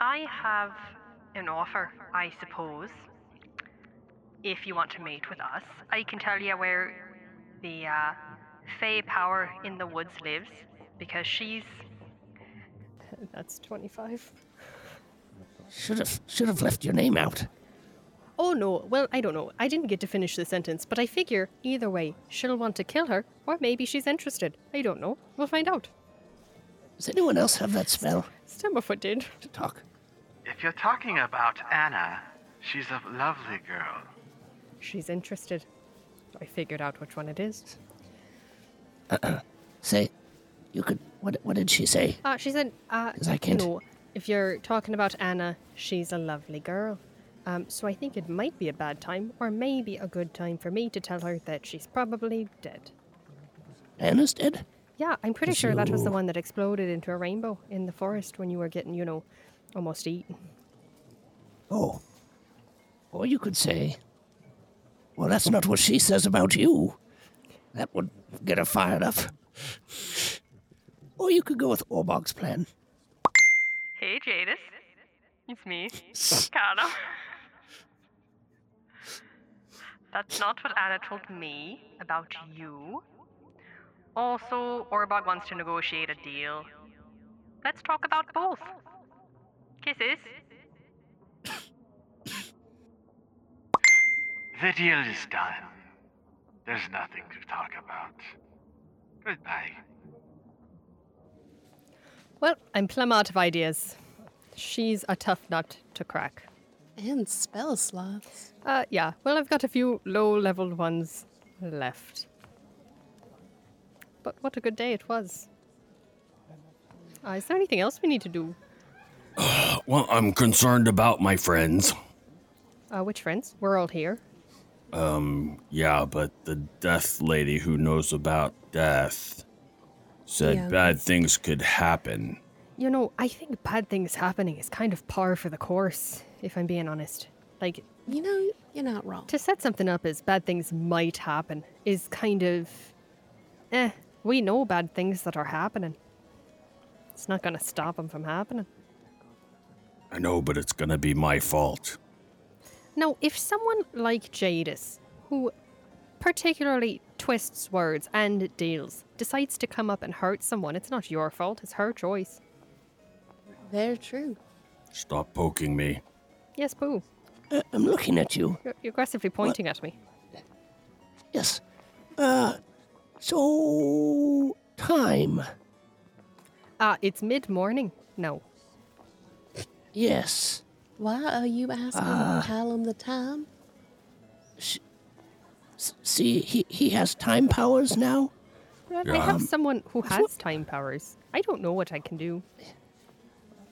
I have an offer, I suppose. If you want to meet with us, I can tell you where the uh, Fey power in the woods lives because she's. That's 25. Should have, should have left your name out. Oh no, well, I don't know. I didn't get to finish the sentence, but I figure either way, she'll want to kill her, or maybe she's interested. I don't know. We'll find out. Does anyone else have that spell? Stammerfoot did. to talk. If you're talking about Anna, she's a lovely girl. She's interested. I figured out which one it is. Say, you could. What, what did she say? Uh, she said, uh, 'Cause I can't- you know, if you're talking about Anna, she's a lovely girl. Um, so I think it might be a bad time, or maybe a good time for me to tell her that she's probably dead. Anna's dead? Yeah, I'm pretty sure that was the you- one that exploded into a rainbow in the forest when you were getting, you know, almost eaten. Oh. Or you could say, well, that's not what she says about you. That would get her fired up. Or you could go with Orbog's plan. Hey, Jadis. It's me, Carlo. That's not what Anna told me about you. Also, Orbog wants to negotiate a deal. Let's talk about both. Kisses. The deal is done. There's nothing to talk about. Goodbye. Well, I'm plumb out of ideas. She's a tough nut to crack. And spell slots. Uh, yeah. Well, I've got a few low-level ones left. But what a good day it was. Uh, is there anything else we need to do? Well, I'm concerned about my friends. Uh, which friends? We're all here. Um, yeah, but the death lady who knows about death said Yeah, bad things could happen. You know, I think bad things happening is kind of par for the course, if I'm being honest. Like, you know, you're not wrong. To set something up as bad things might happen is kind of. Eh, we know bad things that are happening. It's not gonna stop them from happening. I know, but it's gonna be my fault. Now, if someone like Jadis, who particularly twists words and deals, decides to come up and hurt someone, it's not your fault, it's her choice. They're true. Stop poking me. Yes, Boo. Uh, I'm looking at you. You're, you're aggressively pointing at me. Yes. Uh, so time. Ah, it's mid morning. No. Yes. Why are you asking Ah. Callum the time? S- See, he he has time powers now. Well, I have Um, someone who has time powers. I don't know what I can do.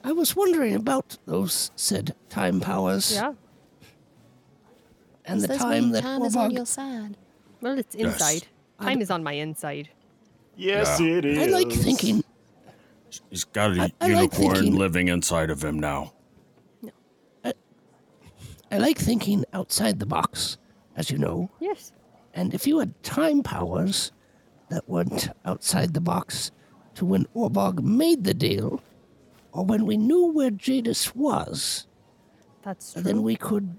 I was wondering about those said time powers. Yeah. And It the says time when that time is on Orbog- your side. Well, it's Yes. inside. Time is on my inside. Yes, Yeah. it I like is. thinking. He's got a I- I like unicorn thinking- living inside of him now. I like thinking outside the box, as you know. Yes. And if you had time powers that went outside the box to when Orbog made the deal, or when we knew where Jadis was, That's true. then we could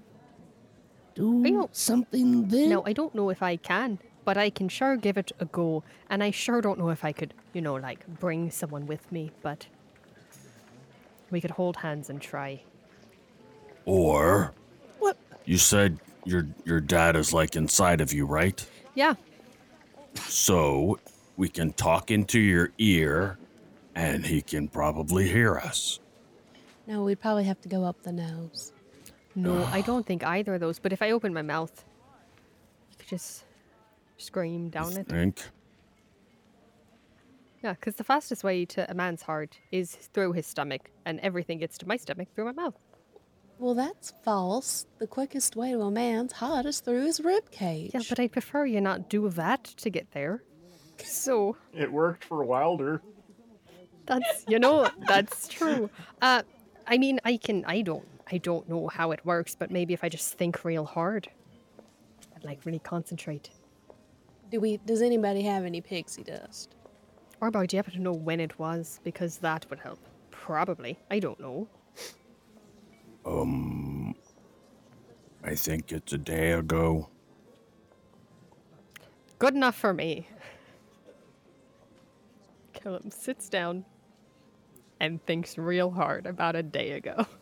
do I don't, something there. No, I don't know if I can, but I can sure give it a go. And I sure don't know if I could, you know, like bring someone with me, but we could hold hands and try. Or What? You said your your dad is like inside of you, right? Yeah. So we can talk into your ear and he can probably hear us. No, we'd probably have to go up the nose. No, I don't think either of those. But if I open my mouth, you could just scream down it. Think? Yeah, because the fastest way to a man's heart is through his stomach, and everything gets to my stomach through my mouth. Well, that's false. The quickest way to a man's heart is through his rib cage. Yeah, but I'd prefer you not do that to get there. So It worked for Wilder. that's you know that's true. Uh, I mean, I can I don't I don't know how it works, but maybe if I just think real hard, and like really concentrate. Do we? Does anybody have any pixie dust? Orbo, do you happen to know when it was? Because that would help. Probably. I don't know. Um I think it's a day ago. Good enough for me. Callum sits down and thinks real hard about a day ago.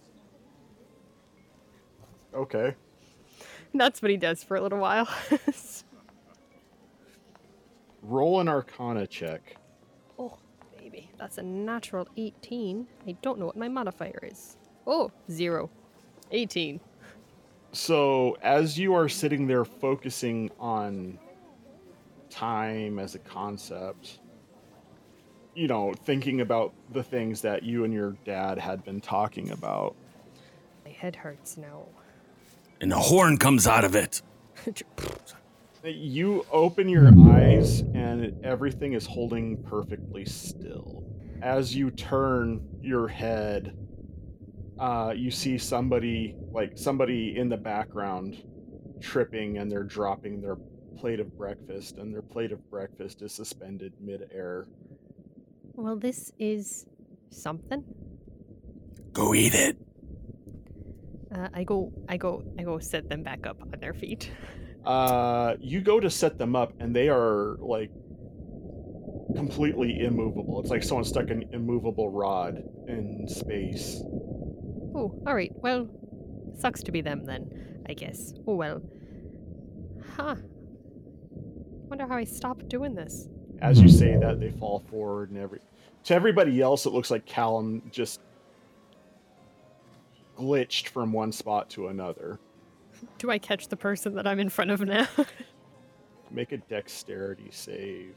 Okay. That's what he does for a little while. Roll an Arcana check. Oh, baby. That's a natural 18. I don't know what my modifier is. Oh, zero. 18. So, as you are sitting there focusing on time as a concept, you know, thinking about the things that you and your dad had been talking about, My head hurts now. And a horn comes out of it. you open your eyes and everything is holding perfectly still. As you turn your head, uh, you see somebody, like somebody in the background, tripping and they're dropping their plate of breakfast, and their plate of breakfast is suspended midair. Well, this is something. Go eat it. Uh, I go, I go, I go set them back up on their feet. Uh, you go to set them up, and they are like completely immovable. It's like someone stuck an immovable rod in space. Oh, alright. Well, sucks to be them then, I guess. Oh, well. Huh. Wonder how I stopped doing this. as you say that Mm. they fall forward and every to everybody else it looks like callum just glitched from one spot to another. Do I catch the person that I'm in front of now? Make a dexterity save.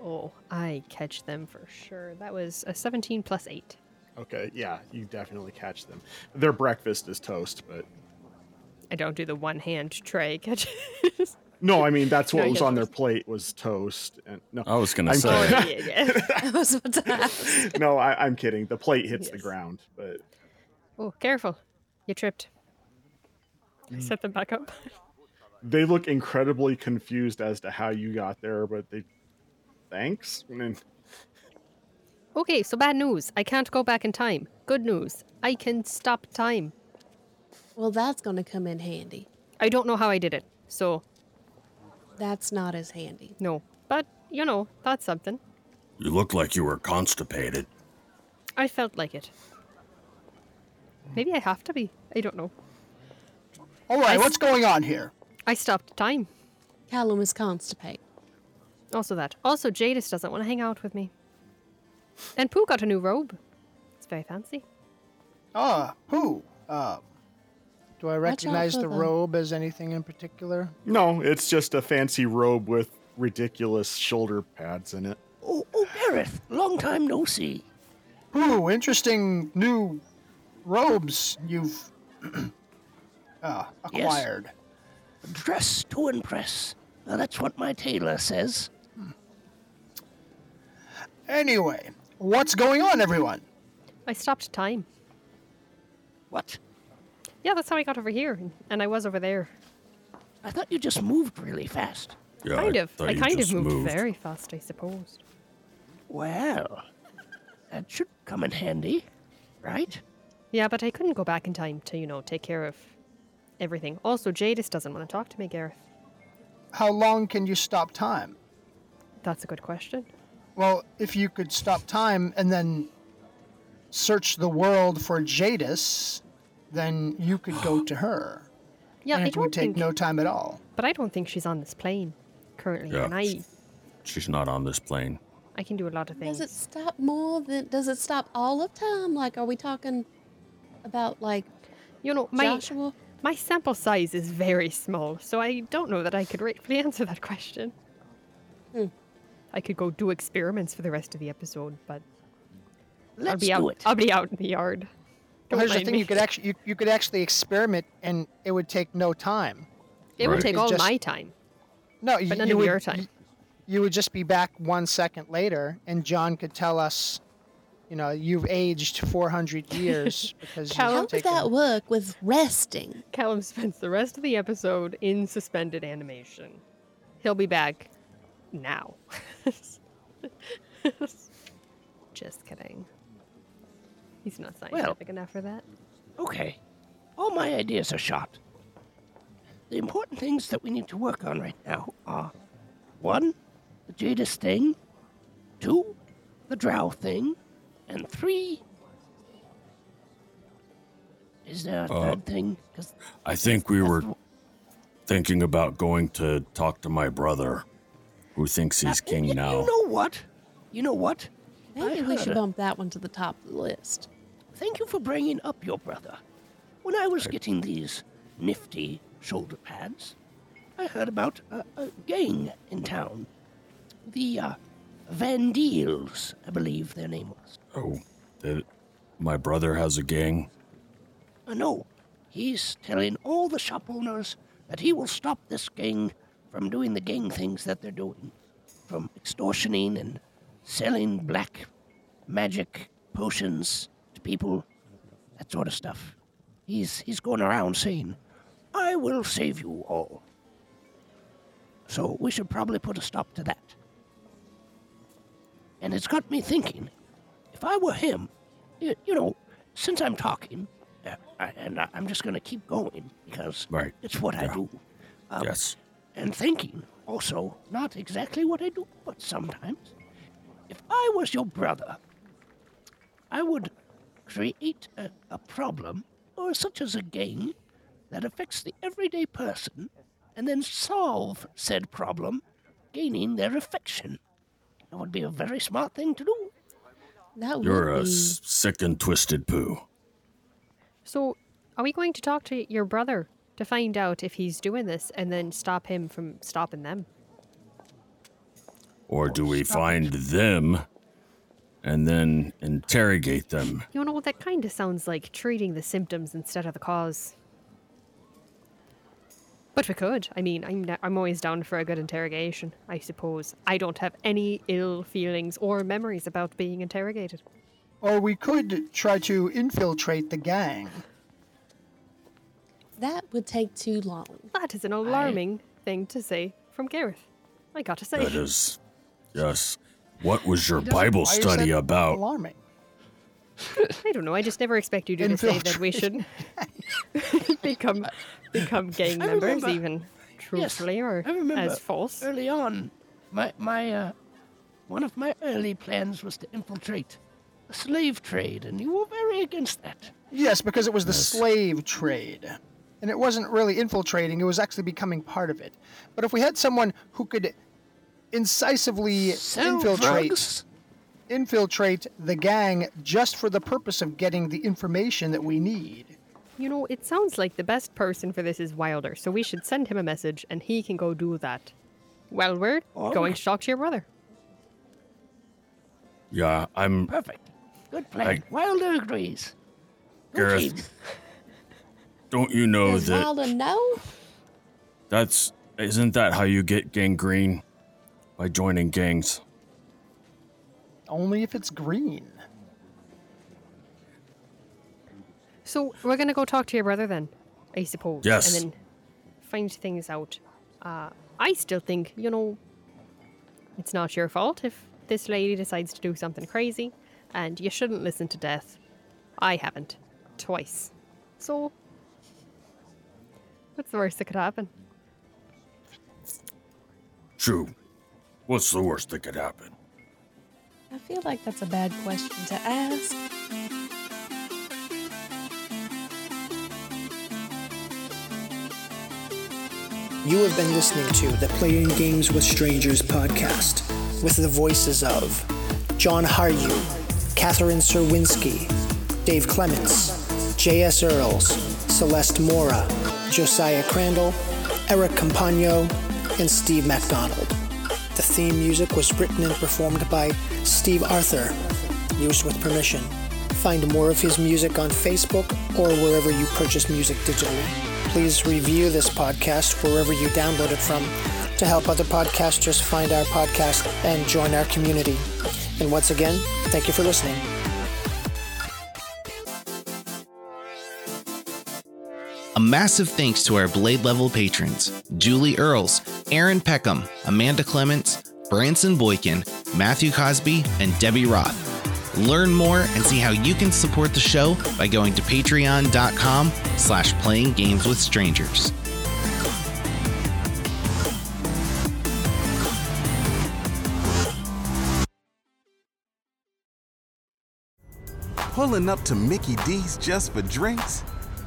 oh, I catch them for sure. That was a 17 plus 8. Okay, yeah, you definitely catch them. Their breakfast is toast, but I don't do the one hand tray catch. no, I mean that's what No, you was get on their plate was toast. And no, I was gonna I'm say. kidding. I was about to ask. no, I, I'm kidding. The plate hits the ground, but oh, careful. You tripped. I Mm. set them back up. they look incredibly confused as to how you got there. But they, thanks. I mean, Okay, so bad news. I can't go back in time. Good news. I can stop time. Well, that's going to come in handy. I don't know how I did it. So, That's not as handy. no. But, you know, that's something. You look like you were constipated. I felt like it. Maybe I have to be. I don't know. All right, what's going on here? I stopped time. Callum is constipated. Also, that. Also, Jadis doesn't want to hang out with me. And Pooh got a new robe. It's very fancy. Ah, who? Um, Do I recognize the robe as anything in particular? no, it's just a fancy robe with ridiculous shoulder pads in it. Oh, oh, Gareth, long time no see. Ooh, interesting new robes you've uh, Yes. acquired. Dress to impress. Now, that's what my tailor says. Hmm. Anyway, what's going on, everyone? I stopped time. What? Yeah, that's how I got over here, and I was over there. I thought you just moved really fast. Yeah, kind I of. thought I you kind of just moved, moved. very fast, I suppose. Well, that should come in handy, right? Yeah, but I couldn't go back in time to, you know, take care of everything. Also, Jadis doesn't want to talk to me, Gareth. How long can you stop time? That's a good question. Well, if you could stop time and then search the world for Jadis, then you could go to her. Yeah, and I it would don't take think- no time at all. But I don't think she's on this plane currently, Yeah. and I She's not on this plane. I can do a lot of things. Does it stop more than? Does it stop all of time? Like, are we talking about like, you know, my Joshua? my sample size is very small, so I don't know that I could rightfully answer that question. I could go do experiments for the rest of the episode, but I'll Let's be do out. it. I'll be out in the yard. Don't Well, here's the mind thing: me. you could actually you, you could actually experiment, and it would take no time. It would Right. take It's all just- my time. No, but you, none you of would, your time. You would just be back one second later, and John could tell us, you know, you've aged 400 years because how you've does taken. that work with resting? Callum spends the rest of the episode in suspended animation. He'll be back now. Just kidding. He's not scientific enough for that. Okay. All my ideas are shot. The important things that we need to work on right now are one, the Jadis thing, two, the Drow thing, and three. Is there a Uh, third thing? 'Cause I think we were thinking about going to talk to my brother, who thinks he's king now. Uh, you know what? You know what? Maybe we should bump that one to the top of the list. Thank you for bringing up your brother. When I was getting these nifty shoulder pads, I heard about a, a gang in town. The uh, Van Deels, I believe their name was. Oh, that my brother has a gang. Uh, no, he's telling all the shop owners that he will stop this gang from doing the gang things that they're doing, from extortioning and selling black magic potions to people, that sort of stuff. He's he's going around saying, "I will save you all." So we should probably put a stop to that. And it's got me thinking, if I were him, you, you know, since I'm talking, uh, I, and I, I'm just going to keep going because Right. it's what I Yeah. do. Um, yes. And thinking, also, not exactly what I do, but sometimes. If I was your brother, I would create a, a problem, or such as a game, that affects the everyday person, and then solve said problem, gaining their affection. That would be a very smart thing to do. That You're a s- sick and twisted poo. So, are we going to talk to your brother to find out if he's doing this and then stop him from stopping them? Or do we find them and then interrogate them? You know, that kind of sounds like treating the symptoms instead of the cause. But we could. I mean, I'm, d- I'm always down for a good interrogation, I suppose. I don't have any ill feelings or memories about being interrogated. Or we could try to infiltrate the gang. That would take too long. That is an alarming thing to say from Gareth. I gotta say. That is, yes. What was your Bible study about? Alarming. I don't know. I just never expect you to say that we should become become gang I members, remember- even truthfully or I remember as false. early on, my my uh, one of my early plans was to infiltrate the slave trade, and you were very against that. Yes, because it was the slave trade. And it wasn't really infiltrating, it was actually becoming part of it. But if we had someone who could incisively Sell infiltrate drugs? infiltrate the gang just for the purpose of getting the information that we need. You know, it sounds like the best person for this is Wilder, so we should send him a message and he can go do that. Well, we're All going right. to talk to your brother. Yeah, I'm Perfect. Good plan. I- Wilder agrees. Gareth. Don't you know Does that Wilder know? that's isn't that how you get gangrene by joining gangs? Only if it's green. So we're gonna go talk to your brother then, I suppose. Yes. And then find things out. Uh, I still think, you know, it's not your fault if this lady decides to do something crazy, and you shouldn't listen to death. I haven't. Twice. So, what's the worst that could happen? True. What's the worst that could happen? I feel like that's a bad question to ask. You have been listening to the Playing Games with Strangers podcast with the voices of John Haryu, Catherine Serwinski, Dave Clements, J.S. Earls, Celeste Mora, Josiah Crandall, Eric Campagno, and Steve MacDonald. The theme music was written and performed by Steve Arthur, used with permission. Find more of his music on Facebook or wherever you purchase music digitally. Please review this podcast wherever you download it from to help other podcasters find our podcast and join our community. And once again, thank you for listening. A massive thanks to our Blade Level patrons Julie Earls, Aaron Peckham, Amanda Clements, Branson Boykin, Matthew Cosby, and Debbie Roth. Learn more and see how you can support the show by going to patreon.com slash playing games with strangers. Pulling up to Mickey D's just for drinks?